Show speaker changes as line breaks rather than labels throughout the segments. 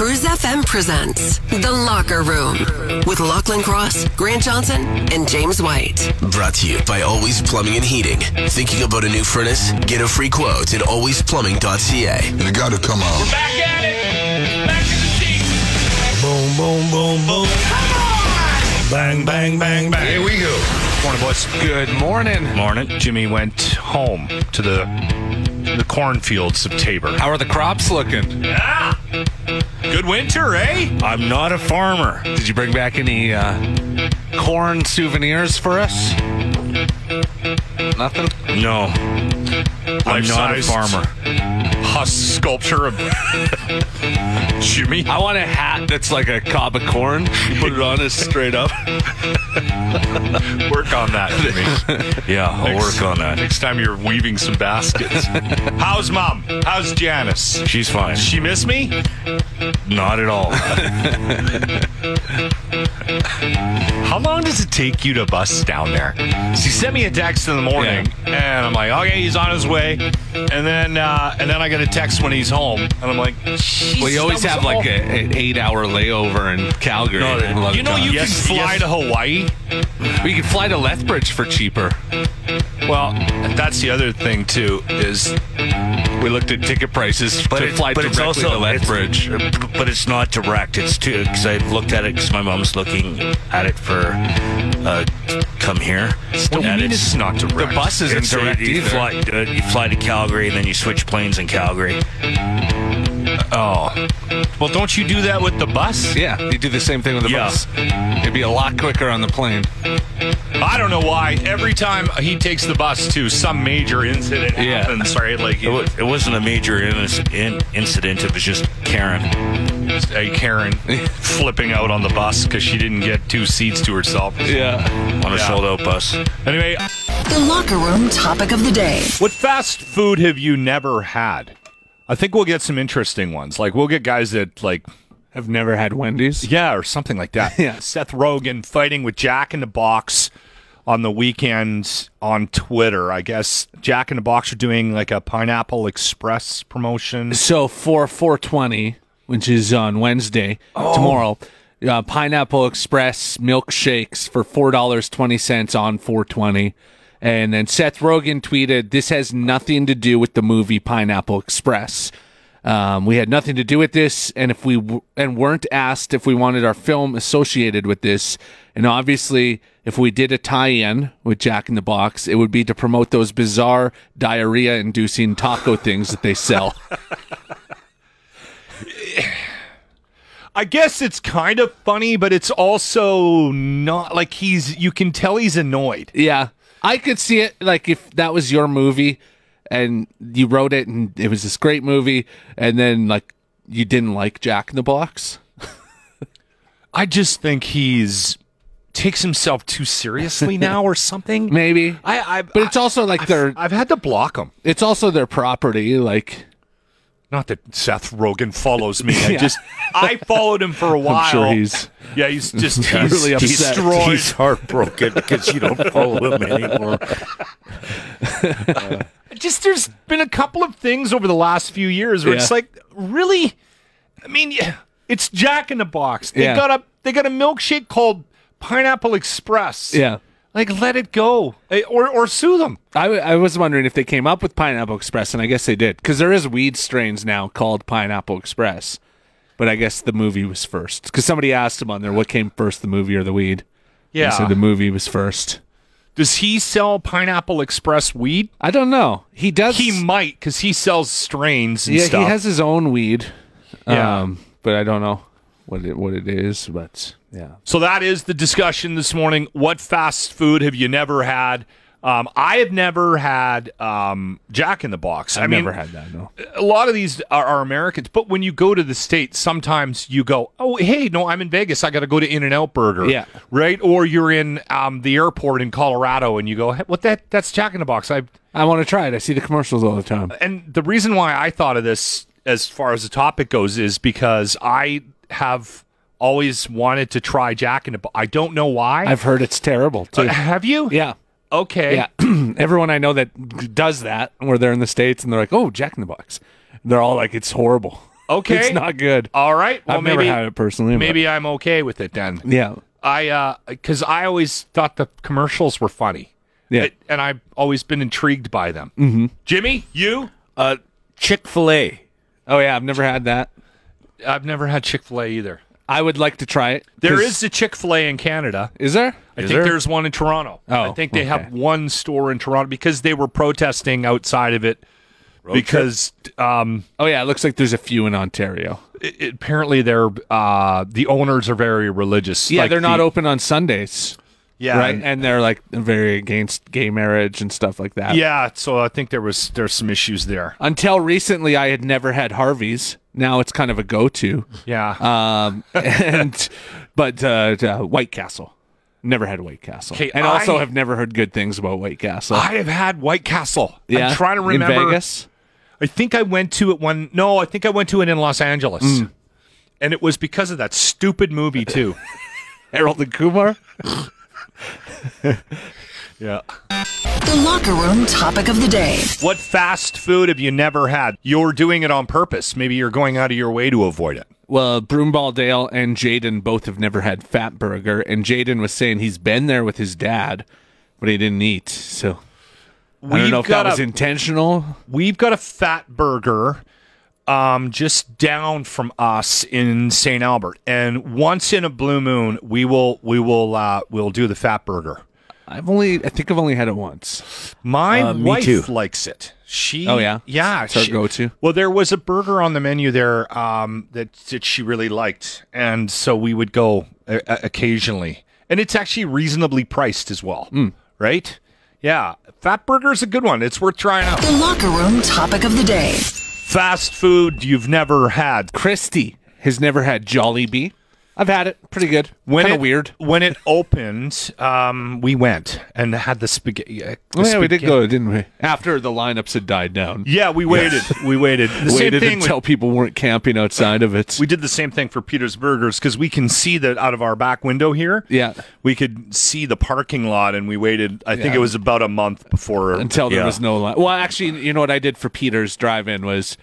Cruise FM presents The Locker Room with Lachlan Cross, Grant Johnson, and James White.
Brought to you by Always Plumbing and Heating. Thinking about a new furnace? Get a free quote at alwaysplumbing.ca.
You gotta come on.
Back at it. Back in the seat.
Boom, boom, boom, boom. Bang, bang, bang, bang. Here we go. Morning, boys.
Good morning.
Morning. Jimmy went home to the the cornfields of Tabor.
How are the crops looking?
Good winter, eh? I'm not a farmer.
Did you bring back any uh, corn souvenirs for us? Nothing.
No. I'm not a
Life-sized
farmer.
Huss sculpture of Jimmy.
I want a hat that's like a cob of corn. You put it on, it's straight up.
Work on that, Jimmy.
Yeah, I'll work on that.
Next time you're weaving some baskets. How's mom? How's Janice?
She's fine.
She miss me?
Not at all.
How long does it take you to bus down there? She sent me a text in the morning, and I'm like, okay, he's on his way. And then, uh, and then I get a text when he's home, and I'm like,
Oh,
Well, you always have like a, an eight-hour layover in Calgary.
you know, you Yes, can fly yes. to Hawaii.
we could fly to Lethbridge for cheaper.
Well, that's the other thing too is
We looked at ticket prices
But,
to
it-
fly
but it's
directly
also
to Lethbridge.
it's- uh, but it's not direct. It's too because I looked at it because my mom's looking at it for uh, come here.
What do you
and
mean it's not direct?
The
bus isn't
it's, uh,
direct
you
either.
Fly, uh, you fly to Calgary and then you switch planes in Calgary.
well, don't you do that with the bus?
Yeah, you do the same thing with the
Yeah.
bus. It'd be a lot quicker on the plane.
I don't know why. Every time he takes the bus to some major incident
Yeah.
happens, right? Like
It,
you
wa- it wasn't a major in- in- incident. It was just Karen.
a Karen flipping out on the bus because she didn't get two seats to herself.
Yeah.
on a
Yeah.
sold-out bus.
Anyway,
The Locker Room topic of the day.
what fast food have you never had? I think we'll get some interesting ones. Like we'll get guys that like
I've never had Wendy's.
Yeah, or something like that.
Yeah.
Seth Rogen fighting with Jack in the Box on the weekend on Twitter. I guess Jack in the Box are doing like a Pineapple Express promotion.
So for 420, which is on Wednesday tomorrow, uh, Pineapple Express milkshakes for four dollars twenty cents on 420. And then Seth Rogen tweeted, "This has nothing to do with the movie Pineapple Express. Um, we had nothing to do with this, and if we w- and weren't asked if we wanted our film associated with this, and obviously if we did a tie-in with Jack in the Box, it would be to promote those bizarre diarrhea-inducing taco things that they sell."
I guess it's kind of funny, but it's also not like he's you can tell he's annoyed.
Yeah, I could see it. Like if that was your movie, and you wrote it, and it was this great movie, and then like you didn't like Jack in the Box.
I just think he's takes himself too seriously now or something.
Maybe.
I, I
But it's also like their.
I've had to block him.
It's also their property. Like
Not that Seth Rogen follows me. I
Yeah.
just I followed him for a while.
sure he's-
yeah, he's just
Yeah,
he's
really
he's
upset.
destroyed.
He's heartbroken because you don't follow him anymore.
just there's been a couple of things over the last few years where it's
Yeah.
like really. I mean, yeah, it's Jack in the Box. They
Yeah.
got a they got a milkshake called Pineapple Express.
yeah.
like let it go Eh, or or sue them.
I, w- I was wondering if they came up with Pineapple Express, and I guess they did, because there is weed strains now called Pineapple Express. But I guess the movie was first, because somebody asked him on there what came first, the movie or the weed. He said the movie was first.
Does he sell Pineapple Express weed?
I don't know. He does.
He might because he sells strains and
yeah,
stuff.
he has his own weed.
Yeah.
Um, but I don't know what it what it is. But yeah,
So that is the discussion this morning. What fast food have you never had? Um, I have never had um, Jack in the Box.
I've
I mean,
never had that. No.
a lot of these are, are Americans, but when you go to the states, sometimes you go, "Oh, hey, no, I'm in Vegas. I got to go to In and Out Burger."
Yeah.
right. Or you're in um, the airport in Colorado, and you go, hey, "What that? That's Jack in the Box." I
I want to try it. I see the commercials all the time.
and the reason why I thought of this as far as the topic goes is because I have always wanted to try Jack in the Box. I don't know why.
I've heard it's terrible too.
Uh, have you?
yeah.
Okay.
Yeah. Everyone I know that does that where they're in the States and they're like, oh, Jack in the Box. They're all like, it's horrible.
Okay.
It's not good.
All right. Well,
I've
maybe
never had it personally. but-
maybe I'm okay with it then.
Yeah.
I uh 'cause because I always thought the commercials were funny.
Yeah.
It- and I've always been intrigued by them. Mm-hmm. Jimmy, you?
Uh, Chick Fil A.
Oh, yeah. I've never had that.
I've never had Chick Fil A either.
I would like to try it.
There
'cause-
is a Chick Fil A in Canada.
Is there?
I think there's one in Toronto.
Oh,
I think they
okay.
have one store in Toronto because they were protesting outside of it because um,
Oh, yeah. It looks like there's a few in Ontario.
it, it- apparently they're uh, the owners are very religious.
Yeah.
Like
they're not
the-
open on Sundays.
Yeah,
right. And they're like very against gay marriage and stuff like that.
yeah. So I think there was there's some issues there.
Until recently, I had never had Harvey's. Now it's kind of a go to.
Yeah.
um, and but uh, uh, White Castle. Never had White Castle,
'Kay,
and
I-
also have never heard good things about White Castle.
I have had White Castle.
yeah,
I'm trying to remember.
in Vegas.
I think I went to it one. No, I think I went to it in Los Angeles,
Mm.
and it was because of that stupid movie too.
Harold and Kumar.
yeah.
The locker room topic of the day.
What fast food have you never had? You're doing it on purpose. Maybe you're going out of your way to avoid it.
Well, Broomball Dale and Jaden both have never had Fat Burger, and Jaden was saying he's been there with his dad, but he didn't eat. So I don't
We've
know if
got
that was
a-
intentional.
We've got a fat burger um, just down from us in St. Albert, and once in a blue moon, we will we will uh, we'll do the fat burger.
I've only, I think I've only had it once.
My
Uh, me
wife
too.
likes it. She
Oh, yeah?
yeah.
It's her
she-
go-to?
Well, there was a burger on the menu there um, that that she really liked, and so we would go uh, occasionally. And it's actually reasonably priced as well,
Hmm.
right? Yeah, Fat Burger is a good one. It's worth trying out.
The locker room topic of the day.
Fast food you've never had.
Christy has never had Jolly Bee. I've had it, pretty good. Kind
it-
of weird.
When it opened, um, we went and had the spaghetti. Uh, the
Oh, yeah, we did
spaghetti-
go, didn't we? After the lineups had died down.
Yeah, we waited. we waited. The same
waited
thing with-
until people weren't camping outside of it.
We did the same thing for Peter's Burgers because we can see that out of our back window here.
Yeah.
We could see the parking lot and we waited, I think
Yeah.
it was about a month before.
until there
Yeah.
was no line. Well, actually, you know what I did for Peter's drive-in was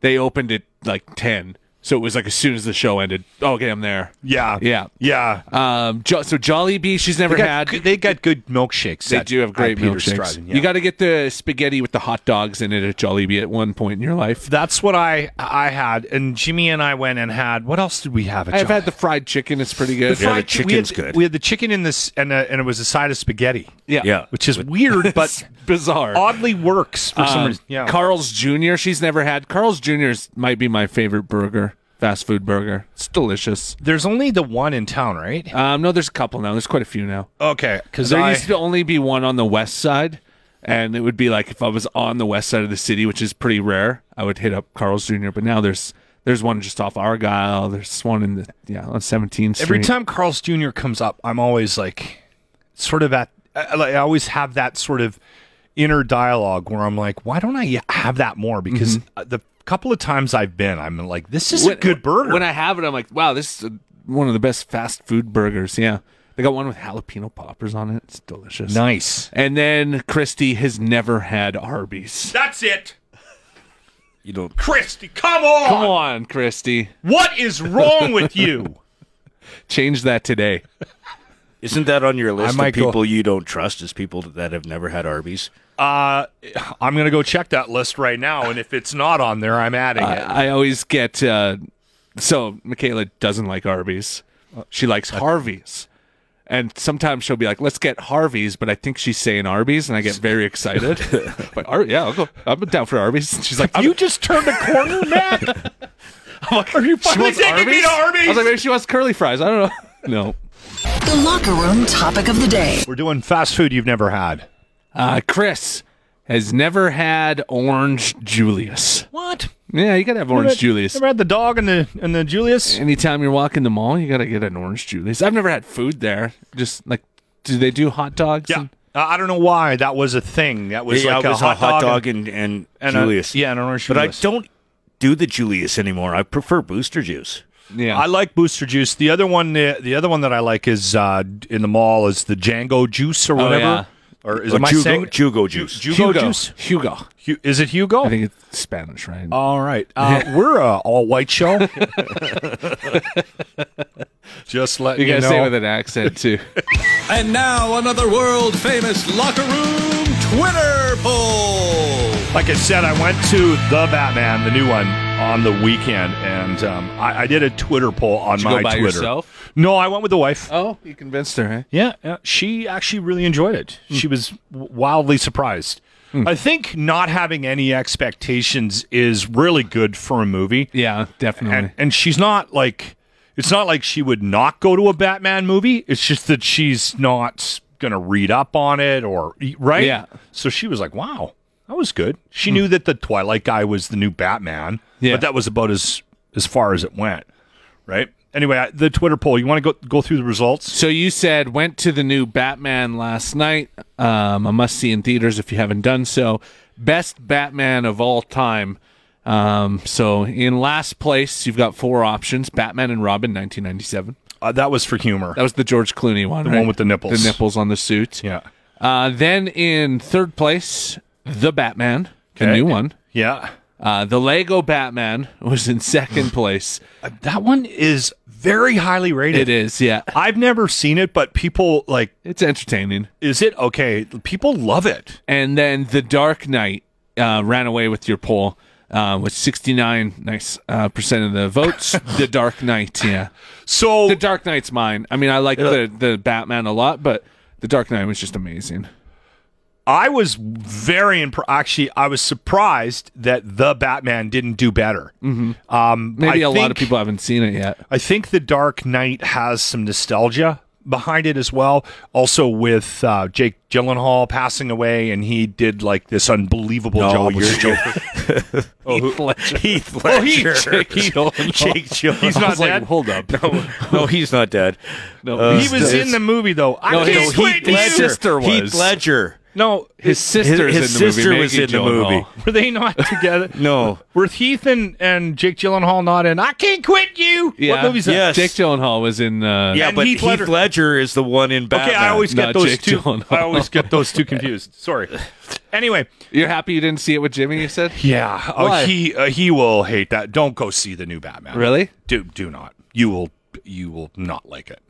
they opened at like ten, so it was like as soon as the show ended. Okay, I'm there.
Yeah.
Yeah.
Yeah.
Um, jo- so Jolly Bee, she's never
They got,
had.
good, they got good milkshakes.
they
at-
do have great
at Peter's
milkshakes.
Drive-In, yeah.
You got to get the spaghetti with the hot dogs in it at Jolly Bee at one point in your life.
That's what I I had, and Jimmy and I went and had. What else did we have? At
I've
Jolly-
had the fried chicken; it's pretty good.
fried
the
chi- we
chicken's
had-
good.
We had the chicken in this, and uh and it was a side of spaghetti,
yeah,
Yeah.
which is weird, but
bizarre.
oddly works for some
Um,
reason. Yeah,
Carl's Jr. She's never had. Carl's Jr.'s might be my favorite burger, fast food burger. It's delicious.
there's only the one in town, right?
Um, no, there's a couple now. There's quite a few now.
Okay, because
There
I
used to only be one on the west side, and it would be like if I was on the west side of the city, which is pretty rare, I would hit up Carl's Jr. But now there's there's one just off Argyle. There's one in the yeah on 17th Street.
Every time Carl's Jr. comes up, I'm always like, sort of at, I, like, I always have that sort of inner dialogue where I'm like, why don't I have that more? Because uh the couple of times I've been, I'm like, this is a good burger.
When I have it, I'm like, wow, this is uh, one of the best fast food burgers. Yeah, they got one with jalapeno poppers on it. It's delicious.
nice.
And then Christy has never had Arby's.
That's it.
You don't.
Christy, come on.
Come on, Christy,
What is wrong with you?
change that today.
Isn't that on your list
might
of
go-
people you don't trust? Is people that have never had Arby's?
Uh, I'm going to go check that list right now. And if it's not on there, I'm adding it.
I, I always get uh, so Michaela doesn't like Arby's.
Uh,
She likes Harvey's. And sometimes she'll be like, "Let's get Harvey's," but I think she's saying Arby's, and I get very excited. like, Ar- yeah, I'll go. I'm down for Arby's. And she's like, I'm,
you just turned a corner, Matt.
I'm like, "Are you
finally taking me to Arby's?"
I was like, maybe she wants curly fries. I don't know. no,
The locker room topic of the day.
We're doing fast food you've never had.
Uh, Chris has never had orange Julius.
What?
Yeah, you gotta have orange Julius.
Ever had the dog and the and the Julius?
Anytime you're walking the mall, you gotta get an orange Julius. I've never had food there. Just like, do they do hot dogs?
Yeah.
and-
Uh, I don't know why that was a thing. That was
yeah,
like
it was
a hot, dog.
and, and,
and a-
Julius.
yeah, and an orange
But
Julius.
I don't do the Julius anymore. I prefer Booster Juice.
yeah.
I like Booster Juice. The other one, the, the other one that I like is uh, in the mall is the Django Juice or whatever.
yeah.
Or is
Or
it my
Jugo-
saying
Jugo Juice.
Ju- Jugo
Hugo.
Juice.
Hugo.
Hu- is it Hugo?
I think it's Spanish, right?
All right, uh, we're a all white show. Just let
you
you,
gotta
know.
say it with an accent too.
And now another world famous locker room Twitter poll.
Like I said, I went to the Batman, the new one, on the weekend, and um, I, I did a Twitter poll on
Did you
my
go by
Twitter.
yourself?
No, I went with the wife.
oh, you convinced her, huh?
Yeah, yeah, she actually really enjoyed it.
Hmm.
She was w- wildly surprised. I think not having any expectations is really good for a movie.
Yeah, definitely.
And, and she's not like, it's not like she would not go to a Batman movie. It's just that she's not going to read up on it or, e, right?
Yeah. Hmm.
So she was like, wow, that was good. She knew that the Twilight guy was the new Batman,
Yeah.
but that was about as, as far as it went, right? Anyway, I- the Twitter poll, you want to go, go through the results?
So you said went to the new Batman last night. Um, a must see in theaters if you haven't done so. Best Batman of all time. Um, so in last place, you've got four options: Batman and Robin, 1997.
Uh, that was for humor.
That was the George Clooney one, the
one with the nipples.
the nipples on the suit.
Yeah.
Uh, then in third place, the Batman, the
Okay.
new one.
Yeah.
Uh, the Lego Batman was in second place.
That one is very highly rated.
it is, yeah.
I've never seen it, but people like,
It's entertaining.
is it okay? People love it.
And then The Dark Knight uh, ran away with your poll uh, with 69 nice uh, percent of the votes. the Dark Knight, yeah.
So
The Dark Knight's mine. I mean, I like the, the Batman a lot, but The Dark Knight was just amazing.
I was very impressed. Actually, I was surprised that the Batman didn't do better. Mm-hmm. Um,
Maybe
a
a lot of people haven't seen it yet.
I think the Dark Knight has some nostalgia behind it as well. Also with uh, Jake Gyllenhaal passing away, and he did like this unbelievable job. as Joker. Oh,
Heath Ledger. Heath Ledger.
Jake Gyllenhaal.
Jake Gyllenhaal.
He's not
like,
dead.
Hold up.
no, no, he's not dead.
No,
he was in the movie though. I
No,
can't
no,
wait
Heath
to hear.
Ledger. sister was.
Heath Ledger.
No,
his sister's
his
in the movie.
sister was
Maggie
in the
Gyllenhaal.
movie.
were they not together?
No.
Were Heath and, and Jake Gyllenhaal not in? I can't quit you.
Yeah.
What movie's that?
Yes.
Jake Gyllenhaal was in. Uh,
Yeah,
And
but
Heath
Heath,
Ledger-
Ledger. is the one in Batman.
Okay, I always get
Not
those
Jake
two.
Gyllenhaal.
I always get those two confused. Sorry. Anyway,
You're happy you didn't see it with Jimmy, you said?
yeah, oh,
Why?
he uh, he will hate that. Don't go see the new Batman.
Really?
Do do not. You will you will not like it.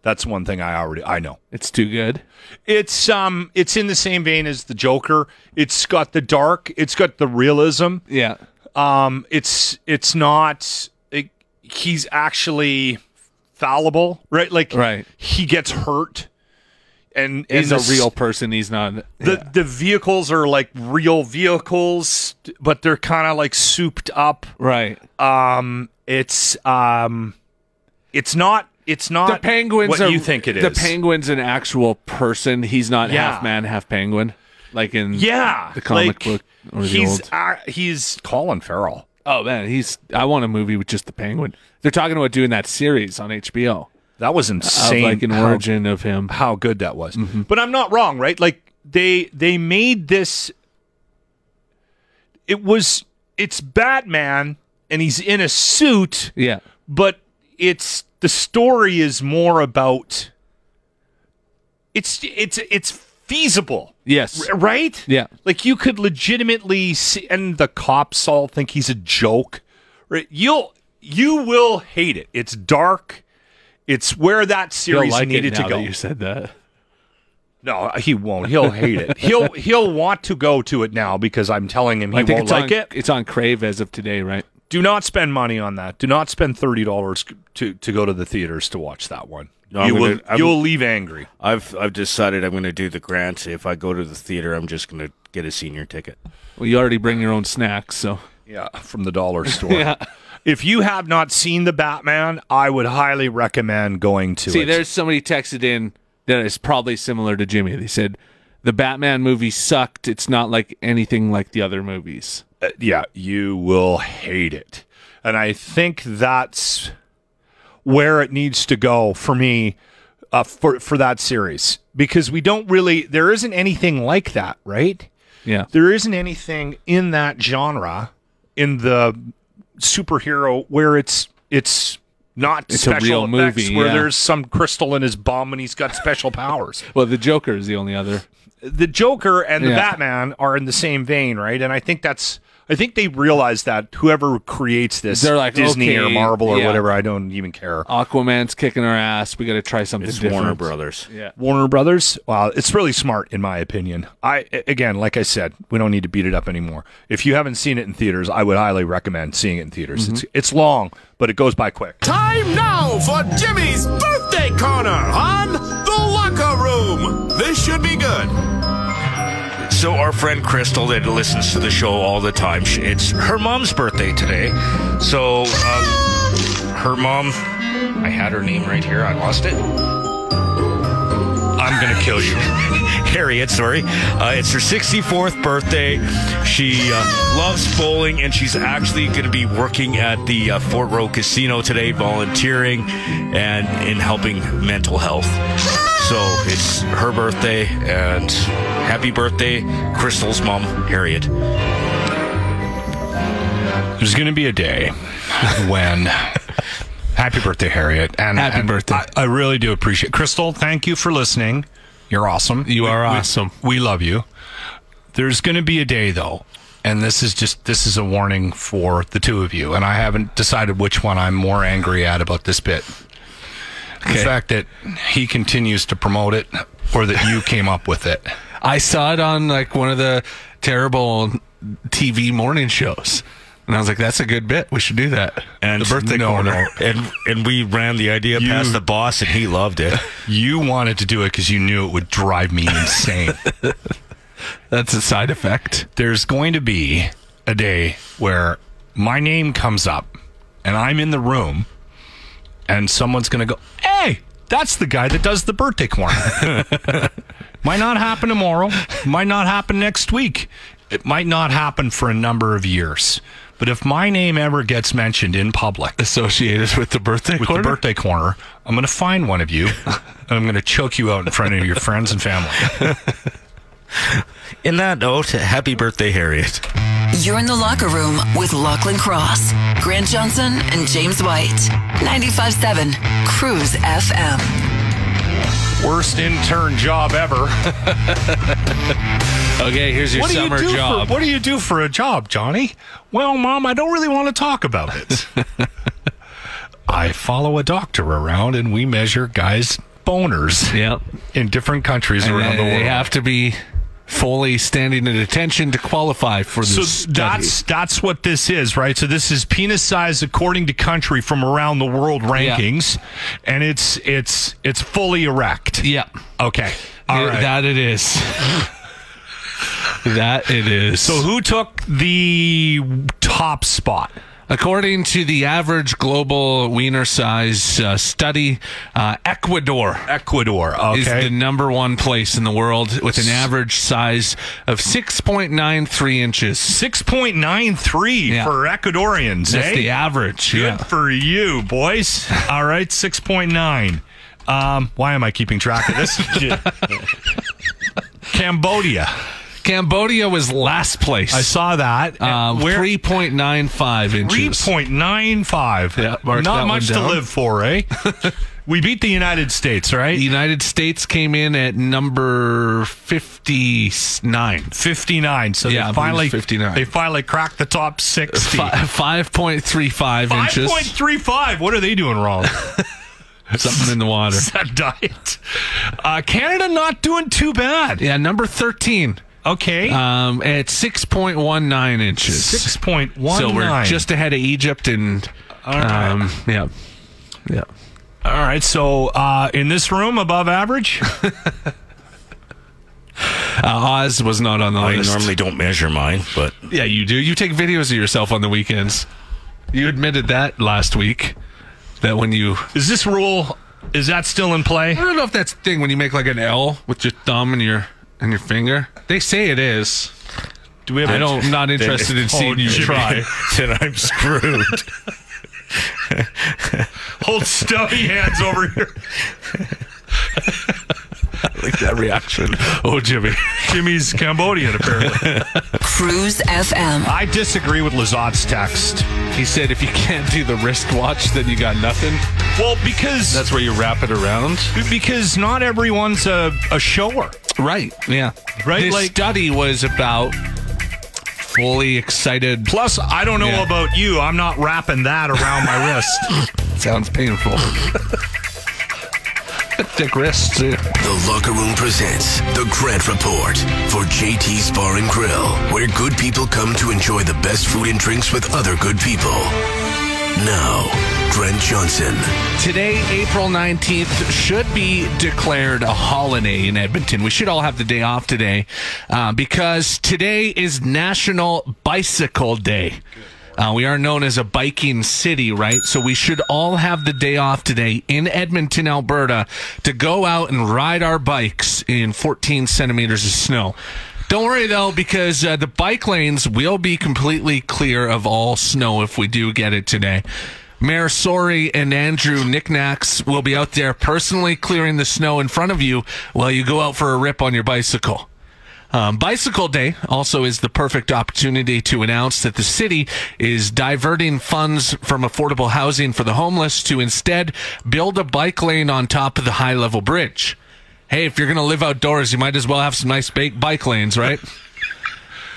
That's one thing I already I know.
It's too good.
It's um it's in the same vein as the Joker. It's got the dark. It's got the realism.
Yeah.
Um, it's it's not. It, he's actually fallible, right? Like,
Right.
He gets hurt, and
He's
and
a
the
real person. He's not.
The the vehicles are like real vehicles, but they're kind of like souped up.
Right.
Um, it's um, it's not. It's not
the penguins
Uh, What
are,
you think it is?
The penguin's an actual person. He's not
Yeah.
half man, half penguin. Like in
Yeah,
the comic
like,
book or the
he's
old.
uh, he's Colin Farrell.
Oh man, he's I want a movie with just the penguin. They're talking about doing that series on HBO
That was
of
insane.
like an
how
origin Mm-hmm. of him.
how good that was. But I'm not wrong, right? Like they they made this it was it's Batman and he's in a suit,
Yeah.
but it's the story is more about it's it's it's feasible.
Yes.
r- Right?
Yeah.
Like you could legitimately see and the cops all think he's a joke. Right? You'll you will hate it. It's dark. It's where that
You'll
series
like
needed
it now
to go.
That you said that.
No, he won't. He'll hate it. He'll he'll want to go to it now because I'm telling him he
I think
won't
it's
like
on,
it.
It's on Crave as of today, right?
Do not spend money on that. Do not spend thirty dollars to to go to the theaters to watch that one.
No, I'm
you will
gonna- I'm-
you'll leave angry.
I've I've decided I'm going to do the grant. If I go to the theater, I'm just going to get a senior ticket.
Well, you already bring your own snacks, so
Yeah, from the dollar store. If you have not seen the Batman, I would highly recommend going to
See,
it.
there's somebody texted in that is probably similar to Jimmy. They said, the Batman movie sucked. It's not like anything like the other movies.
Uh, yeah, you will hate it. And I think that's where it needs to go for me uh, for for that series because we don't really there isn't anything like that, right?
Yeah.
There isn't anything in that genre in the superhero where it's it's not
It's a
special
real
effects,
movie,
where
yeah.
there's some crystal in his bum and he's got special powers
Well, the Joker is the only other.
the Joker and the
Yeah.
Batman are in the same vein, right? And I think that's I think they realize that whoever creates this,
They're like,
Disney or
okay,
Marvel or
yeah.
whatever, I don't even care.
Aquaman's kicking our ass. We got to try something
It's
different.
Warner Brothers.
Yeah.
Warner Brothers, wow, it's really smart in my opinion. I a- again, like I said, we don't need to beat it up anymore. If you haven't seen it in theaters, I would highly recommend seeing it in theaters. It's it's long, but it goes by quick.
Time now for Jimmy's birthday corner on the locker room. This should be good.
So our friend Crystal that listens to the show all the time, sh- it's her mom's birthday today. So um, her mom, I had her name right here. I lost it. I'm gonna kill you, Harriet. Sorry, uh, it's her 64th birthday. She uh, loves bowling, and she's actually gonna be working at the uh, Fort Row Casino today, volunteering and in helping mental health. So it's her birthday, and happy birthday, Crystal's mom, Harriet.
There's going to be a day when. Happy birthday, Harriet. And,
Happy
and
birthday.
I, I really do appreciate Crystal, thank you for listening. You're awesome.
You are
We- we-
awesome.
We, love you. There's going to be a day, though, and this is just this is a warning for the two of you. And I haven't decided which one I'm more angry at about this bit. The fact that he continues to promote it or that you came up with it.
I saw it on like one of the terrible TV morning shows. And I was like, that's a good bit. We should do that.
And
the birthday corner.
And and we ran the idea
You-
past the boss, and he loved it.
You wanted to do it because you knew it would drive me insane.
That's a side effect.
there's going to be a day where my name comes up and I'm in the room and someone's going to go, Hey, that's the guy that does the birthday corner. might not happen tomorrow, might not happen next week, it might not happen for a number of years. But if my name ever gets mentioned in public,
Associated with the birthday
with
corner.
the birthday corner, I'm going to find one of you and I'm going to choke you out in front of your friends and family.
In that note, happy birthday, Harriet.
You're in the locker room with Lachlan Cross, Grant Johnson, and James White. 95.7 Cruise FM.
Worst intern job ever.
okay, here's your summer
do you do
job.
For, what do you do for a job, Johnny? Well, Mom, I don't really want to talk about it. I follow a doctor around and we measure guys' boners
Yep.
in different countries
And
around the
they
world.
have to be fully standing at attention to qualify for this.
so
study.
that's that's what this is, right? So this is penis size according to country from around the world rankings, and it's it's it's fully erect.
yeah.
Okay. All
Th-
right.
That it is. that it is.
so who took the top spot?
According to the average global wiener size uh, study, uh, Ecuador
Ecuador. Okay.
is the number one place in the world with an average size of 6.93 inches.
Six point nine three
Yeah.
for Ecuadorians.
That's
eh?
the average.
Good
yeah.
for you, boys. All right, six point nine. Um, why am I keeping track of this? Cambodia.
Cambodia was last place.
I saw that.
uh,
Where-
3.95 inches.
3.95.
Yeah, mark that
Not
one
much to
down.
live for, eh? we beat the United States,
the
right?
United States came in at number 59.
59. So
Yeah, I
they
believe
finally
59.
They finally cracked the top 60.
Fi 5.35 inches.
5.35. What are they doing wrong?
Something in the water.
that diet. Uh, Canada not doing too bad.
Yeah, number 13.
Okay.
Um, at 6.19 inches.
6.19.
So we're just ahead of Egypt and
right.
um, yeah, yeah.
All right. So uh, in this room, above average?
Uh, Oz was not on the
I
list.
normally don't measure mine, but
yeah, you do. You take videos of yourself on the weekends. You admitted that last week. That when you,
is this rule, is that still in play?
I don't know if that's the thing when you make like an L with your thumb and your on your finger? They say it is.
Do we have
I
a-
don't. I'm not
Then-
interested in
oh,
seeing you
Jimmy,
try.
Then I'm screwed.
Hold stubby hands over here.
like that reaction. Oh, Jimmy.
Jimmy's Cambodian, apparently.
Cruise FM.
I disagree with Lazat's text.
He said if you can't do the wristwatch, then you got nothing.
Well, because
That's where you wrap it around.
because not everyone's a, a shower.
Right. Yeah.
Right,
This
like-
study was about fully excited.
Plus, I don't know
Yeah.
about you. I'm not wrapping that around my wrist.
Sounds painful. Thick wrists. too.
The Locker Room presents the Grant Report for JT's Bar and Grill, where good people come to enjoy the best food and drinks with other good people. Now, Grant Johnson.
Today, April 19th, should be declared a holiday in Edmonton. We should all have the day off today uh, because today is National Bicycle Day. Uh, we are known as a biking city, right? So we should all have the day off today in Edmonton, Alberta, to go out and ride our bikes in 14 centimeters of snow. Don't worry though, because uh, the bike lanes will be completely clear of all snow if we do get it today. Mayor Sori and Andrew Knickknacks will be out there personally clearing the snow in front of you while you go out for a rip on your bicycle. Um, Bicycle Day also is the perfect opportunity to announce that the city is diverting funds from affordable housing for the homeless to instead build a bike lane on top of the high level bridge. Hey, if you're going to live outdoors, you might as well have some nice ba- bike lanes, right?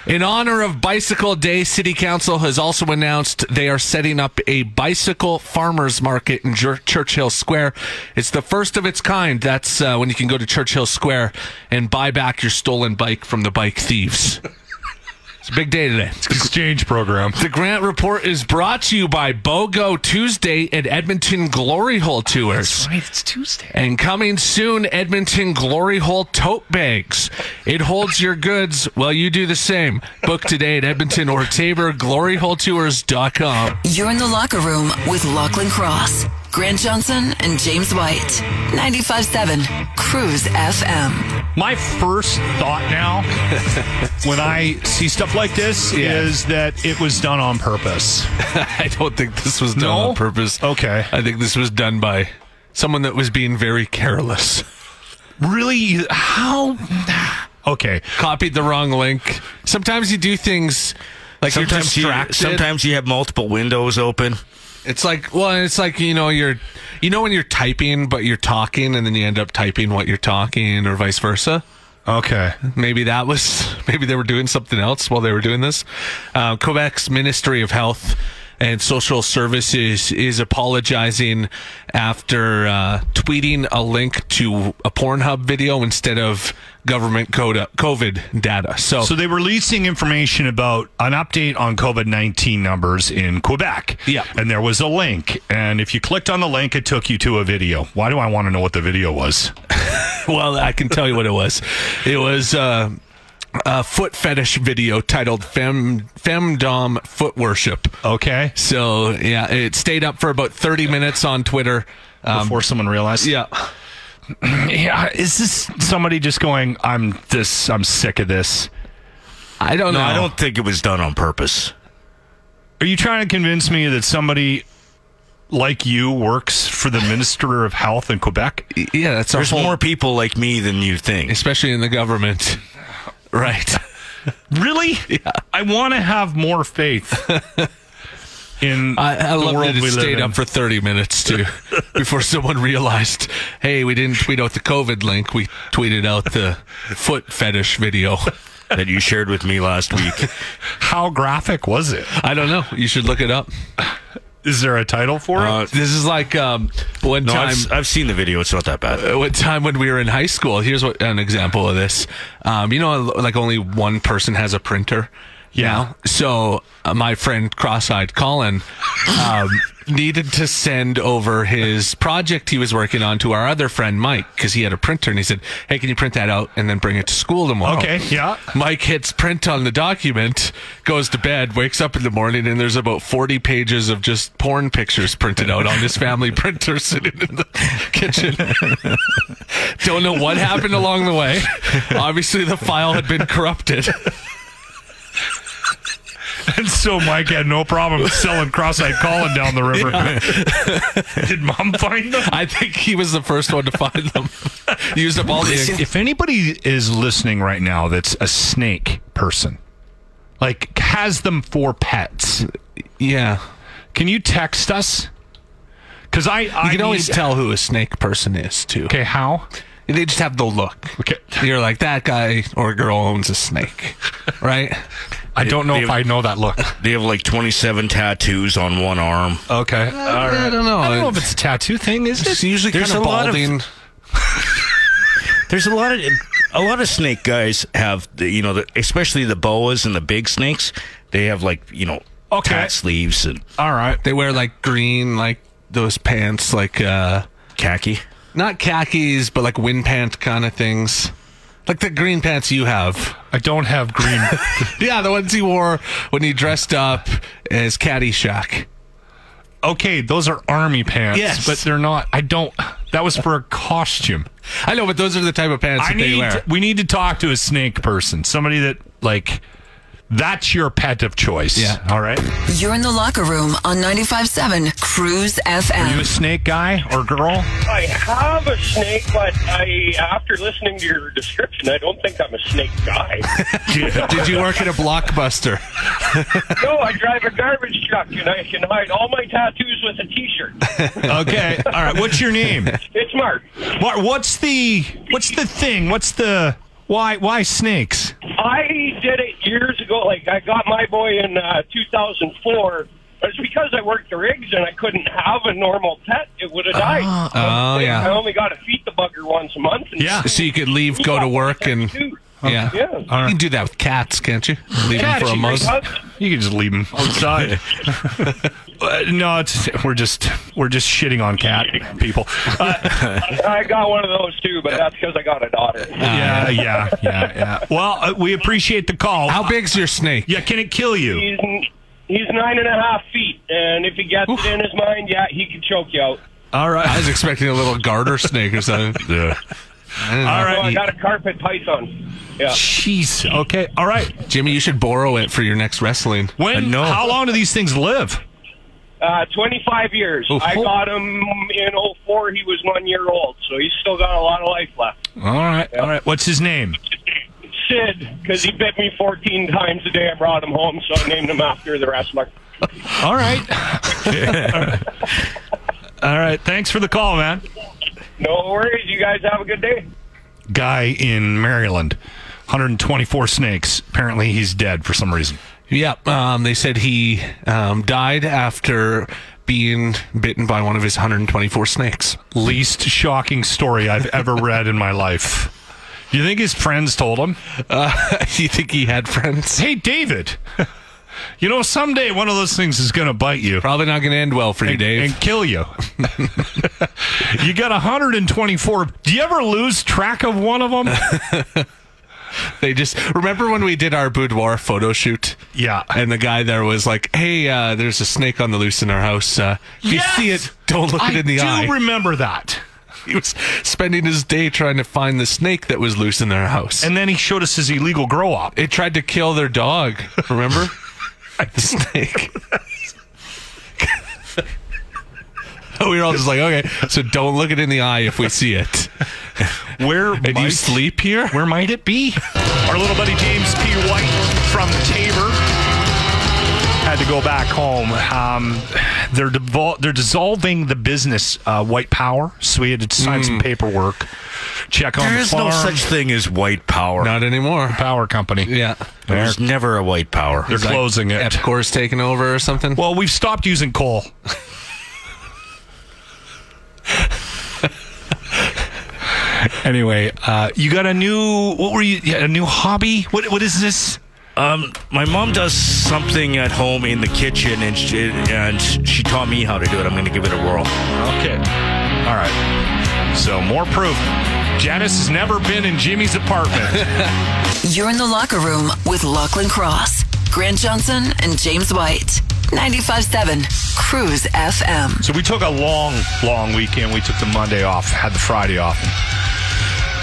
In honor of Bicycle Day, City Council has also announced they are setting up a bicycle farmers market in Jer- Churchill Square. It's the first of its kind. That's uh, when you can go to Churchill Square and buy back your stolen bike from the bike thieves. It's a big day today.
Exchange program.
The Grant Report is brought to you by BOGO Tuesday and Edmonton Glory Hole Tours.
Wait, it's Tuesday.
And coming soon, Edmonton Glory Hole tote bags. It holds your goods while you do the same. Book today at Edmonton or Tabor, gloryholetours.com.
You're in the locker room with Lachlan Cross, Grant Johnson, and James White. 95.7 Cruise FM.
My first thought now, when I see stuff like this,
Yeah.
is that it was done on purpose.
I don't think this was done
No?
on purpose.
Okay.
I think this was done by someone that was being very careless.
Really? How? Okay.
Copied the wrong link. Sometimes you do things like
Sometimes
you're
you,
distracted.
sometimes you have multiple windows open.
It's like well, it's like you know you're, you know when you're typing but you're talking and then you end up typing what you're talking or vice versa.
Okay.
Maybe that was maybe they were doing something else while they were doing this. Uh, Quebec's Ministry of Health and Social Services is apologizing after uh, tweeting a link to a Pornhub video instead of government coda, COVID data. So,
So they were releasing information about an update on COVID 19 numbers in Quebec.
Yeah.
And there was a link. And if you clicked on the link, it took you to a video. Why do I want to know what the video was?
well, I can tell you what it was. It was. Uh, a foot fetish video titled Fem, Femdom Foot Worship.
Okay.
So, yeah, it stayed up for about 30 minutes on Twitter. Um,
Before someone realized.
yeah.
Yeah. Is this somebody just going, I'm this, I'm sick of this?
I don't
No,
know.
I don't think it was done on purpose.
Are you trying to convince me that somebody like you works for the Minister of Health in Quebec?
Yeah, that's our
There's
whole,
more people like me than you think.
especially in the government. Right.
Really? Yeah. I want to have more faith in
I, I
the
love
world
that it
we live
stayed
in.
up for 30 minutes too before someone realized, hey, we didn't tweet out the COVID link. We tweeted out the foot fetish video.
that you shared with me last week.
How graphic was it?
I don't know. You should look it up.
Is there a title for it?
Uh,
This is like um, one
no,
time.
I've, I've seen the video. It's not that bad.
Uh, One time when we were in high school, here's what an example of this. Um, you know, like only one person has a printer.
Yeah.
So uh, my friend cross-eyed Colin, um, needed to send over his project he was working on to our other friend Mike because he had a printer and he said, "Hey, can you print that out and then bring it to school tomorrow?"
Okay, yeah.
Mike hits print on the document, goes to bed, wakes up in the morning, and there's about 40 pages of just porn pictures printed out on his family printer sitting in the kitchen. Don't know what happened along the way. Obviously, the file had been corrupted.
And so Mike had no problem selling cross-eyed Colin down the river. Did mom find them?
I think he was the first one to find them. Used up all the.
if anybody is listening right now that's a snake person, like has them for pets,
yeah.
can you text us? Because I, I
You can
need-
always tell who a snake person is, too.
Okay, how?
They just have the look.
Okay,
You're like, that guy or girl owns a snake, right?
I don't know if I know that look.
They have like 27 tattoos on one arm.
Okay,
Uh, I don't know.
I don't know if it's a tattoo thing. Is
it's
it?
usually
There's
kind of
a lot of-
balding.
There's a lot of a lot of snake guys have the, you know the, especially the boas and the big snakes. They have like you know
Okay.
cat sleeves and
All right.
they wear like green, like those pants, like uh
khaki.
not khakis, but like wind pant kind of things. Like the green pants you have.
I don't have green.
Yeah, the ones he wore when he dressed up as Caddyshack.
okay, those are army pants.
Yes.
but they're not. I don't. That was for a costume.
I know, but those are the type of pants
I
that they
need.
wear.
We need to talk to a snake person. Somebody that like. That's your pet of choice.
Yeah.
All right.
You're in the locker room on 95.7 Cruise
Are you a
FM.
snake guy or girl?
I have a snake, but I, after listening to your description, I don't think I'm a snake guy.
Did you work at a blockbuster?
no, I drive a garbage truck, and I can hide all my tattoos with a T-shirt.
Okay. All right. What's your name?
It's Mark.
What, what's the What's the thing? What's the why? Why snakes?
I did it years ago. Like I got my boy in uh, 2004. It was because I worked the rigs and I couldn't have a normal pet. It would have died.
oh, yeah.
I only got to feed the bugger once a month. And
Yeah.
So you could leave, go to work, and
Dude,
yeah.
yeah.
You can do that with cats, can't you? Leave them for a
Catchy.
month.
You can just leave them outside. Uh, no, it's, we're just we're just shitting on cat people. Uh,
I got one of those too, but that's because I got a daughter.
yeah, yeah, yeah, yeah. Well, uh, we appreciate the call.
How big's your snake?
Yeah, can it kill you?
He's he's nine and a half feet, and if he gets it in his mind, yeah, he could choke you out.
All
I
right.
was expecting a little garter snake or something.
Yeah. All
Oh, I
right.
got a carpet python. Yeah.
Jeez. Okay. All right.
Jimmy, you should borrow it for your next wrestling.
When? How long do these things live?
Uh, 25 years.
Oof.
I got him in '04. He was one year old, so he's still got a lot of life left.
All right. All right. What's his name?
Sid, because he bit me 14 times the day I brought him home, so I named him after the wrestler.
All right. All right. Thanks for the call, man.
No worries. You guys have a good day.
Guy in Maryland. 124 snakes. Apparently, he's dead for some reason.
Yep. Um, they said he um, died after being bitten by one of his 124 snakes.
Least shocking story I've ever read in my life. You think his friends told him?
Uh, you think he had friends?
Hey, David, you know, someday one of those things is going to bite you
Probably not going to end well for you,
and,
Dave.
and kill you. you got 124. Do you ever lose track of one of them?
They just remember when we did our boudoir photo shoot.
Yeah.
And the guy there was like, "Hey, uh, there's a snake on the loose in our house. Uh, if
Yes!
you see it, don't look
I
it in the
do
eye."
remember that.
he was spending his day trying to find the snake that was loose in their house.
And then he showed us his illegal grow up.
It tried to kill their dog. Remember? the snake. we were all just like, okay, so don't look it in the eye if we see it.
Where
And you
might-
sleep here?
Where might it be? Our little buddy James P. White from Tabor had to go back home. Um, they're devol- they're dissolving the business uh, White Power, so we had to sign some paperwork. Check on
There
the
is
farm.
no such thing as white power.
Not anymore.
power company.
Yeah.
there was never a white power.
They're closing it.
Epcor's taking over or something.
Well, we've stopped using coal. anyway, uh, you got a new what were you? Yeah, a new hobby? What what is this?
Um, my mom does something at home in the kitchen, and she, and she taught me how to do it. I'm going to give it a whirl.
Okay. All right. So more proof. Janice has never been in Jimmy's apartment.
You're in the locker room with Lachlan Cross, Grant Johnson, and James White. 95.7 Cruise FM.
So we took a long, long weekend. We took the Monday off, had the Friday off.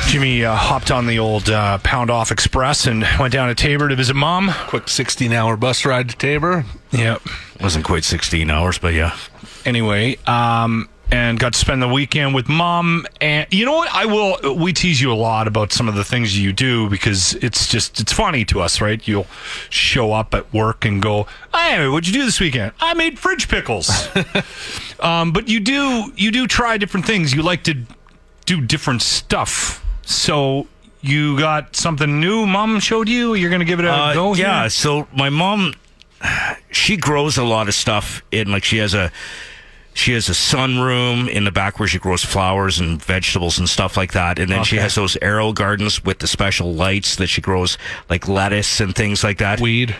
Jimmy uh, hopped on the old uh, Pound Off Express and went down to Tabor to visit mom.
Quick 16 hour bus ride to Tabor.
Yep.
Wasn't quite 16 hours, but yeah.
Anyway, um, and got to spend the weekend with mom. And you know what? I will. We tease you a lot about some of the things you do because it's just it's funny to us, right? You'll show up at work and go, "Hey, what'd you do this weekend? I made fridge pickles." um, but you do you do try different things. You like to do different stuff. So you got something new. Mom showed you. You're gonna give it a
Uh,
go. here?
yeah. So my mom, she grows a lot of stuff in like she has a she has a sunroom in the back where she grows flowers and vegetables and stuff like that. And then she
Okay.
has those arrow gardens with the special lights that she grows like lettuce and things like that.
Weed.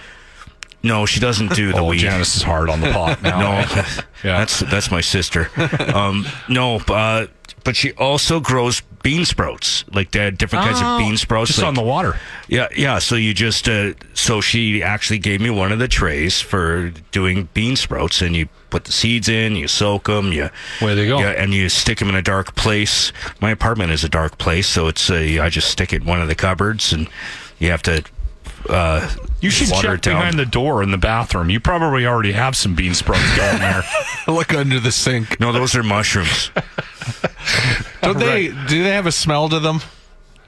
No, she doesn't do the
Oh,
weed.
Janice is hard on the pot now.
no, that's that's my sister. Um, no, uh, but she also grows bean sprouts, like the different kinds
Oh,
of bean sprouts.
just
like-
on the water.
yeah, yeah. So you just uh, so she actually gave me one of the trays for doing bean sprouts, and you put the seeds in, you soak them, you
where they go,
yeah, and you stick them in a dark place. My apartment is a dark place, so it's a, I just stick it in one of the cupboards, and you have to. Uh,
You should
water
check
it down.
behind the door in the bathroom. You probably already have some bean sprouts going there.
Look under the sink.
No, those are mushrooms.
Don't they? Do they have a smell to them?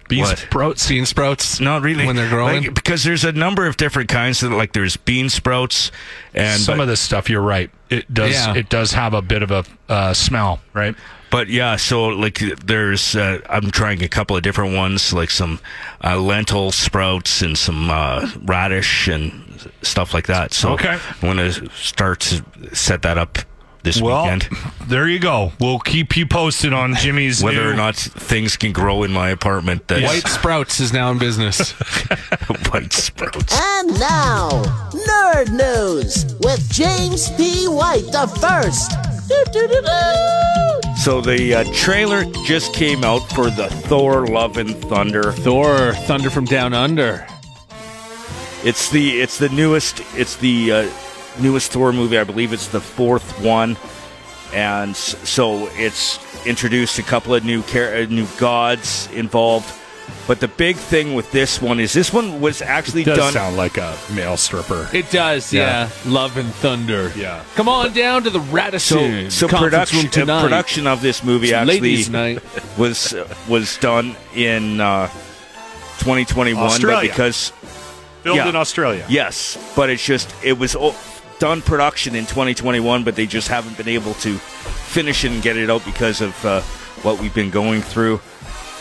Bean
What?
sprouts.
Bean sprouts.
Not really.
When they're growing.
Like, because there's a number of different kinds of like there's bean sprouts and
some
but,
of this stuff, you're right. It does.
Yeah.
It does have a bit of a uh, smell, right?
but yeah, so like there's uh, I'm trying a couple of different ones like some uh, lentil sprouts and some uh, radish and stuff like that. So
Okay.
I'm gonna start to set that up this
well,
weekend.
there you go. We'll keep you posted on Jimmy's
Whether or
new-
not things can grow in my apartment, that's
White Sprouts is now in business.
white sprout.
And now, Nerd News with James P. White the first.
So the uh, trailer just came out for the Thor Love and Thunder.
Thor Thunder from Down Under.
It's the it's the newest it's the uh, newest Thor movie. I believe it's the fourth one, and s- so it's introduced a couple of new char- uh, new gods involved. But the big thing with this one is this one was actually
It does
done.
sound like a male stripper.
It does, yeah. Love and Thunder.
Yeah.
Come on down to the
so,
Radisson
so
conference
production
room tonight.
uh, production of this movie
It's
actually
ladies' night.
was was done in uh, 2021, but
Australia.
because
Filmed
yeah.
in Australia.
Yes, but it's just it was o- done production in 2021, but they just haven't been able to finish it and get it out because of uh, what we've been going through,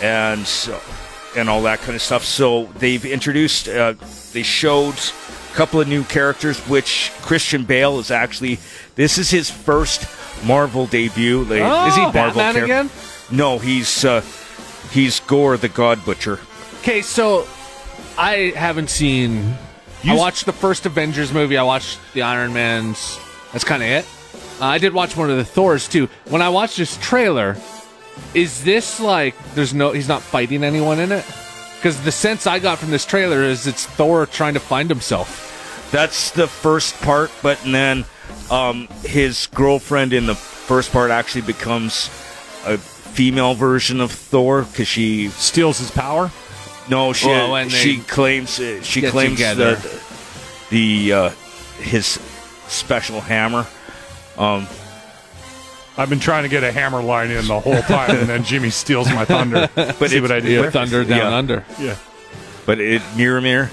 and so, and all that kind of stuff. So they've introduced, uh, they showed a couple of new characters, which Christian Bale is actually this is his first Marvel debut. Like,
Oh,
is he Marvel
Batman
character?
again?
No, he's uh, he's Gore the God Butcher.
Okay, so I haven't seen. I watched the first Avengers movie. I watched the Iron Man's. That's kind of it. Uh, I did watch one of the Thors too. When I watched this trailer, is this like there's no? He's not fighting anyone in it. Because the sense I got from this trailer is it's Thor trying to find himself.
That's the first part, but and then um, his girlfriend in the first part actually becomes a female version of Thor because she
steals his power.
No, she
Well, when they
she claims uh, she
get
claims
together.
the the uh, his special hammer. Um,
I've been trying to get a hammer line in the whole time, and then Jimmy steals my thunder.
But
See
it's-
what I did?
yeah, thunder down Yeah.
under.
Yeah.
but it Miramir.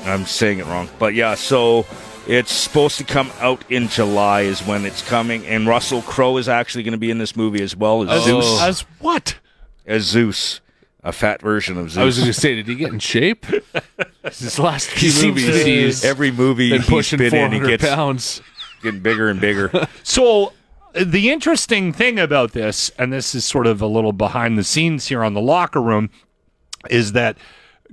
I'm saying it wrong, but yeah. So it's supposed to come out in July is when it's coming, and Russell Crowe is actually going to be in this movie as well as
As-
Zeus.
as
what?
As Zeus, a fat version of Zeus.
I was going to say, did he get in shape? This is his last
He
few
seems
movies.
to-
he's
every movie
been
he's
pushing
been in, he
400
gets-
pounds.
getting bigger and bigger.
So uh, the interesting thing about this, and this is sort of a little behind the scenes here on the locker room, is that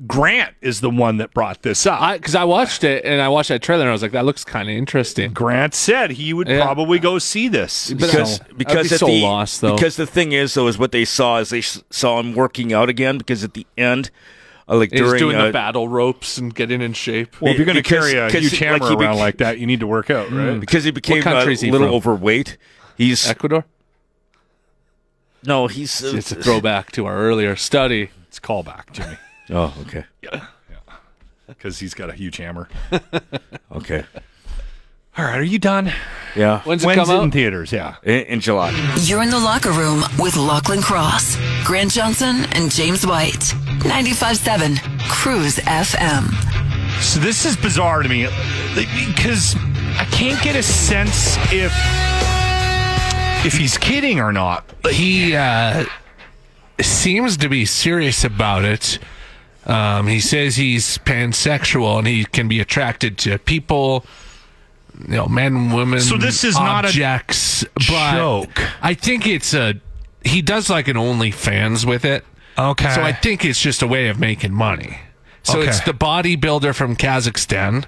Grant is the one that brought this up.
Because I, watched it and I watched that trailer and I was like, that looks kind of interesting.
Grant said he would probably go see this
because because
be
at
so
the,
lost though.
because the thing is though is what they saw is they s- saw him working out again because at the end uh, like
He's
during
doing
uh,
the battle ropes and getting in shape.
Well, if you're going to
Because-
carry a
'cause
huge
he-
hammer
like he bec-
around like that, you need to work out, right?
because he became uh,
country
a
is he
little
from?
overweight he's
Ecuador
no he's uh,
it's a throwback to our earlier study.
It's a callback, Jimmy.
oh okay
Because he's got a huge hammer.
okay
All right, are you done?
yeah
When's
it come out?
in theaters? Yeah,
in, in July.
You're in the locker room with Lachlan Cross, Grant Johnson, and James White. 95.7 Cruise FM.
So this is bizarre to me because I can't get a sense if if he's kidding or not.
he uh, seems to be serious about it. Um, he says he's pansexual and he can be attracted to people, you know, men, women.
So this is not a
objects, but
joke.
I think it's a. He does like an OnlyFans with it.
Okay.
So I think it's just a way of making money. So
Okay.
it's the bodybuilder from Kazakhstan,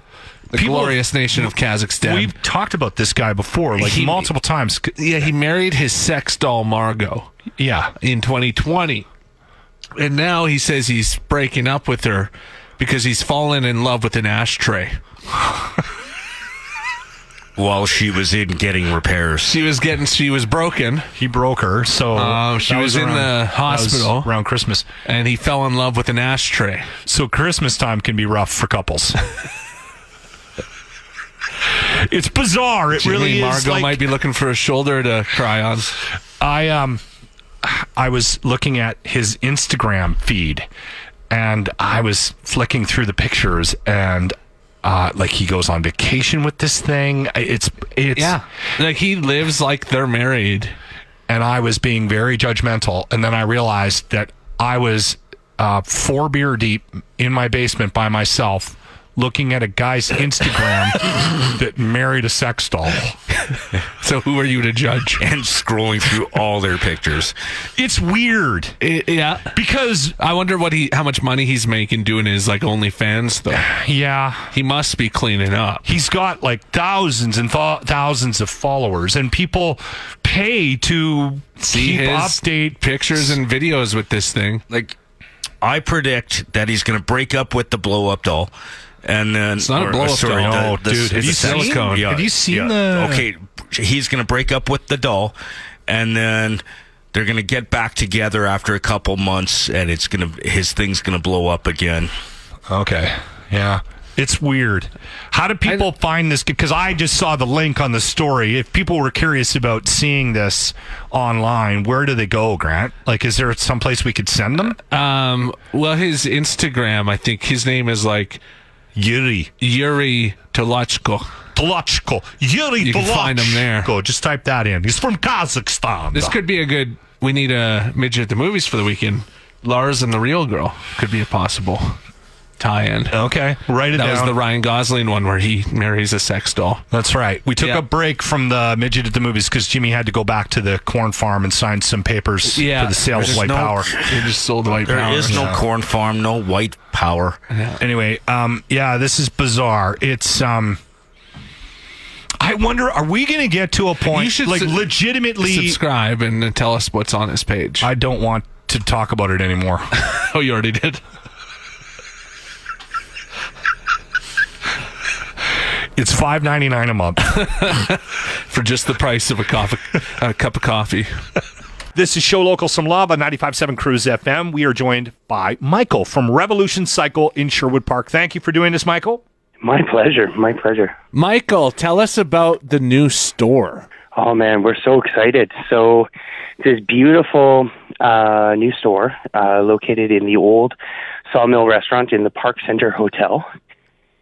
the
People-
glorious nation of Kazakhstan.
We've talked about this guy before, like
He-
multiple times.
Yeah, he married his sex doll Margot.
Yeah.
in 2020, and now he says he's breaking up with her because he's fallen in love with an ashtray.
while she was in getting repairs
She was getting, she was broken,
He broke her, so
Uh, she
that
was in the
that was
hospital.
around Christmas.
and he fell in love with an ashtray.
So Christmas time can be rough for couples. it's bizarre. It
Jimmy
really is.
Margot
Like,
might be looking for a shoulder to cry on.
I um I was looking at his Instagram feed and I was flicking through the pictures and uh like he goes on vacation with this thing. I- It's it's
Yeah, like he lives like they're married.
and I was being very judgmental and then I realized that I was uh four beer deep in my basement by myself looking at a guy's Instagram that married a sex doll.
So who are you to judge?
and scrolling through all their pictures
It's weird.
I- yeah,
Because
I wonder what he, how much money he's making doing his like OnlyFans though.
yeah,
He must be cleaning up.
he's got like uh, thousands and th- thousands of followers, and people pay to
See
keep
his
update
pictures and videos with this thing.
like I predict that he's going to break up with the blow up doll. And then it's
not a blow-up doll. No, dude, have you seen- have you
seen the-
Okay, he's going to break up with the doll, and then they're going to get back together after a couple months, and it's going to his thing's going to blow up again.
Okay, yeah. It's weird. How do people find this? Because I just saw the link on the story. If people were curious about seeing this online, where do they go, Grant? Like, is there some place we could send them?
Um, well, his Instagram, I think his name is like
Yuri
Yuri Tolochko.
Tolochko. Yuri
You can find him there.
Tolochko. Just type that in. He's from Kazakhstan.
This could be a good. We need a midget at the movies for the weekend. Lars and the Real Girl could be a possible tie-in.
Okay, write it
That
down.
was the Ryan Gosling one where he marries a sex doll.
That's right. We took
Yeah.
a break from the midget at the movies because Jimmy had to go back to the corn farm and sign some papers for the sale of
There's
white
no-
power.
They just sold white
There
power.
is no corn farm, no white power.
Anyway, um, yeah, this is bizarre. It's um, I wonder, are we going to get to a point
You should
like
su-
legitimately?
Subscribe and uh, tell us what's on his page.
I don't want to talk about it anymore.
oh, you already did.
it's five ninety nine a month.
For just the price of a coffee, a cup of coffee.
This is Show Local Some Lava, 95.7 Cruise FM. We are joined by Michael from Revolution Cycle in Sherwood Park. Thank you for doing this, Michael.
My pleasure. My pleasure.
Michael, tell us about the new store.
Oh man, we're so excited. So this beautiful uh, new store uh, located in the old Sawmill Restaurant in the Park Center Hotel,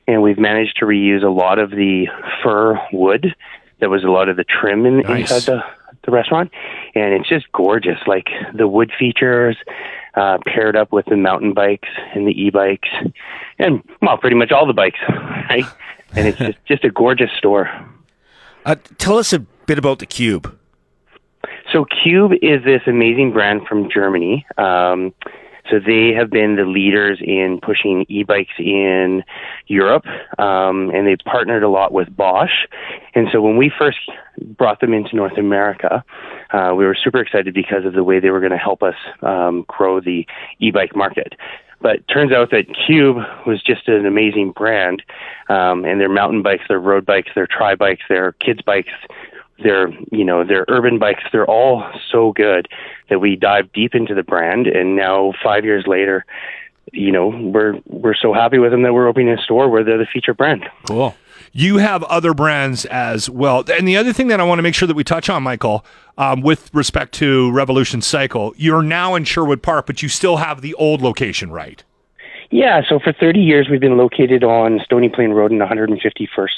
and we've managed to reuse a lot of the fir wood that was a lot of the trim in, inside the the restaurant, and it's just gorgeous. Like the wood features uh, paired up with the mountain bikes and the e-bikes, and well, pretty much all the bikes, right? And it's just, just a gorgeous store.
Uh, tell us a bit about the cube.
So Cube is this amazing brand from Germany. Um, So they have been the leaders in pushing e-bikes in Europe, um, and they partnered a lot with Bosch. And so when we first brought them into North America, uh, we were super excited because of the way they were going to help us um, grow the e-bike market. But turns out that Cube was just an amazing brand, um, and their mountain bikes, their road bikes, their tri bikes, their kids bikes, their you know their urban bikes they're all so good that we dive deep into the brand and now 5 years later you know we're we're so happy with them that we're opening a store where they're the featured brand
Cool. You have other brands as well. And the other thing that I want to make sure that we touch on, Michael, um, with respect to Revolution Cycle, you're now in Sherwood Park, but you still have the old location, right?
Yeah, so for 30 years we've been located on Stony Plain Road in 151st,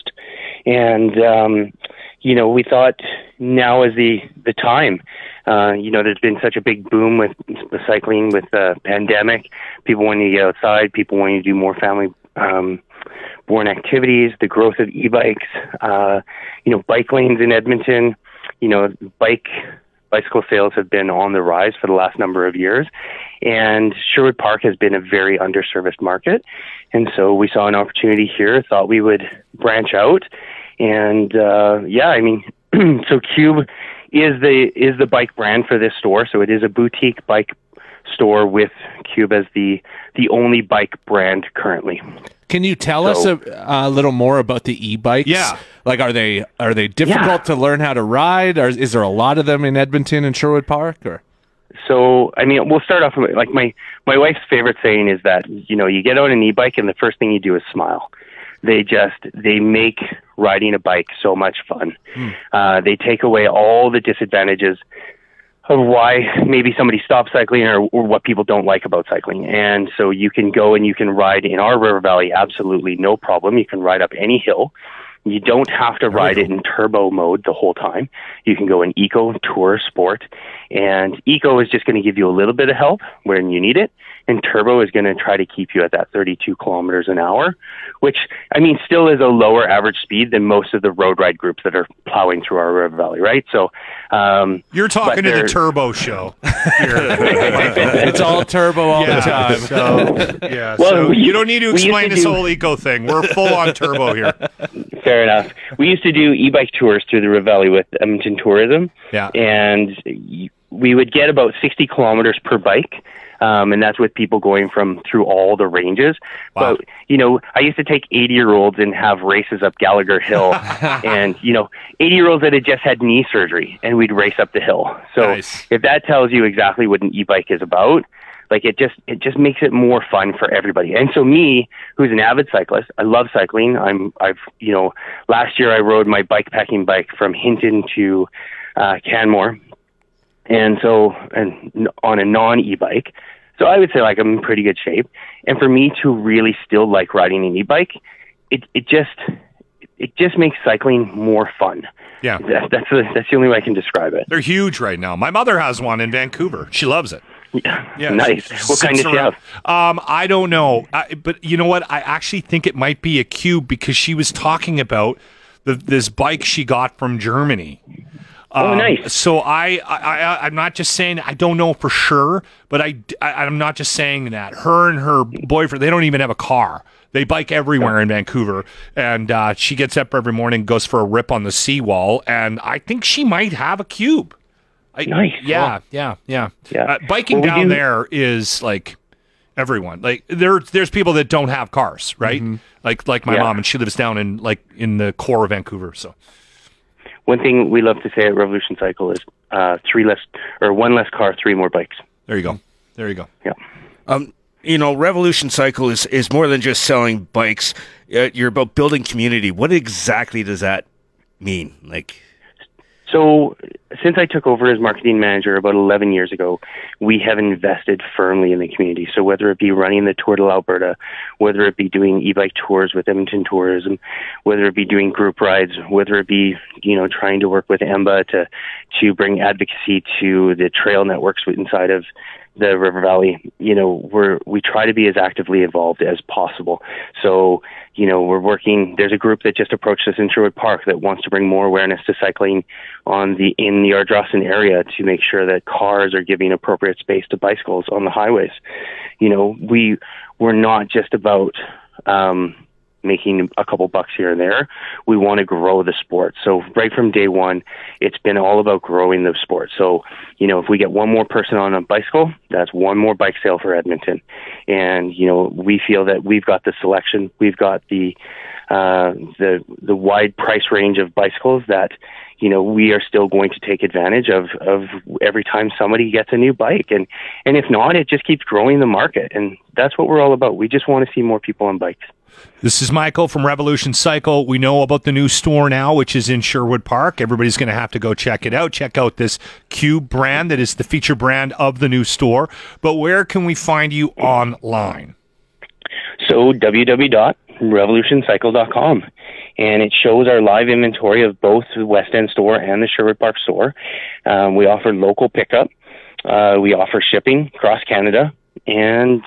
and um, you know we thought now is the the time. Uh, you know, there's been such a big boom with the cycling with the pandemic. People wanting to get outside. People wanting to do more family um, born activities. The growth of e-bikes. Uh, you know, bike lanes in Edmonton. You know, bike bicycle sales have been on the rise for the last number of years, and Sherwood Park has been a very underserviced market. And so we saw an opportunity here, thought we would branch out, and uh, yeah, I mean, so Cube is the is the bike brand for this store, so it is a boutique bike store with Cube as the the only bike brand currently.
Can you tell us a, a little more about the e-bikes? Yeah, like are they are they difficult to learn how to ride? Or is there a lot of them in Edmonton and Sherwood Park? Or
So, I mean, we'll start off with like my my wife's favorite saying is that you know you get on an e-bike and the first thing you do is smile. They just they make riding a bike so much fun. Uh, they take away all the disadvantages of why maybe somebody stops cycling or, or what people don't like about cycling. And so you can go and you can ride in our river valley absolutely no problem. You can ride up any hill. You don't have to ride it in turbo mode the whole time. You can go in eco, tour, sport, and eco is just going to give you a little bit of help when you need it, and turbo is going to try to keep you at that 32 kilometers an hour, which I mean still is a lower average speed than most of the road ride groups that are plowing through our river valley, right? So um,
You're talking
but
to the
they're-
Turbo Show.
it's all turbo all
Yeah,
the time.
so- yeah,
Well,
so
we-
you don't need to
we used
explain
to
this
do-
whole eco thing. We're full on turbo here.
Fair enough. We used to do e-bike tours through the River Valley with Edmonton Tourism.
Yeah.
And y- we would get about 60 kilometers per bike. Um, and that's with people going from through all the ranges. But, you know, I used to take 80 year olds and have races up Gallagher Hill. and, you know, 80 year olds that had just had knee surgery and we'd race up the hill. So if that tells you exactly what an e-bike is about, like it just it just makes it more fun for everybody. And so me, who's an avid cyclist, I love cycling. I'm I've you know last year I rode my bike packing bike from Hinton to uh, Canmore, and so and on a non e-bike. So I would say like I'm in pretty good shape. And for me to really still like riding an e-bike, it it just it just makes cycling more fun.
Yeah.
That, that's the, that's the only way I can describe it.
They're huge right now. My mother has one in Vancouver. She loves it.
Yeah.
Yeah,
Nice.
she- she
What kind
sits
does she
around. Um, I don't know, I, but you know what? I actually think it might be a cube because she was talking about the, this bike she got from Germany. Um,
Oh, nice.
So I, I, I, I'm not just saying I don't know for sure, but I, I, am not just saying that. Her and her boyfriend, they don't even have a car. They bike everywhere in Vancouver, and uh, she gets up every morning, goes for a rip on the seawall, and I think she might have a cube. I,
Nice.
Yeah, yeah, yeah.
Yeah.
Uh, biking
Well, we
down
do-
there is like everyone. Like there, there's people that don't have cars, right?
Mm-hmm.
Like like my
Yeah.
mom, and she lives down in like in the core of Vancouver. So
One thing we love to say at Revolution Cycle is uh, three less or one less car, three more bikes.
there you go, there you go.
Um, you know, Revolution Cycle is, is more than just selling bikes. Uh, you're about building community. What exactly does that mean? Like,
So, since I took over as marketing manager about 11 years ago, we have invested firmly in the community. So, whether it be running the Tour de Alberta, whether it be doing e-bike tours with Edmonton Tourism, whether it be doing group rides, whether it be you know trying to work with EMBA to to bring advocacy to the trail networks inside of the River Valley, you know, we're we try to be as actively involved as possible. So, you know, we're working. There's a group that just approached us in Sherwood Park that wants to bring more awareness to cycling on the in the Ardrossan area to make sure that cars are giving appropriate space to bicycles on the highways. You know, we we're not just about um, making a couple bucks here and there. We want to grow the sport. So right from day one, it's been all about growing the sport. So, you know, if we get one more person on a bicycle, that's one more bike sale for Edmonton. And, you know, we feel that we've got the selection, we've got the uh, the the wide price range of bicycles that you know we are still going to take advantage of of every time somebody gets a new bike and and if not it just keeps growing the market and that's what we're all about we just want to see more people on bikes
This is Michael from Revolution Cycle. We know about the new store now, which is in Sherwood Park. Everybody's going to have to go check it out. Check out this Cube brand that is the feature brand of the new store. But where can we find you online?
So www.revolutioncycle.com, and it shows our live inventory of both the West End store and the Sherwood Park store. Um, we offer local pickup. Uh, we offer shipping across Canada, and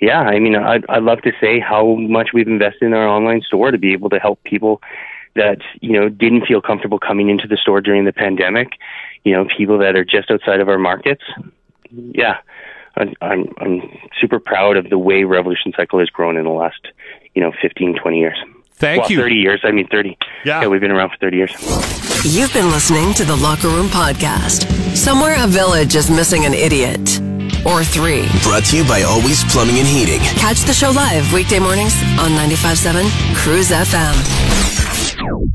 yeah, I mean, I'd, I'd love to say how much we've invested in our online store to be able to help people that you know didn't feel comfortable coming into the store during the pandemic. You know, people that are just outside of our markets. Yeah, I'm, I'm, I'm super proud of the way Revolution Cycle has grown in the last, you know, 15, 20 years.
Thank
well,
you.
30 years. I mean, 30.
Yeah.
we've been around for 30 years.
You've been listening to the Locker Room Podcast. Somewhere a village is missing an idiot or three.
Brought to you by Always Plumbing and Heating.
Catch the show live weekday mornings on 95.7 Cruise FM.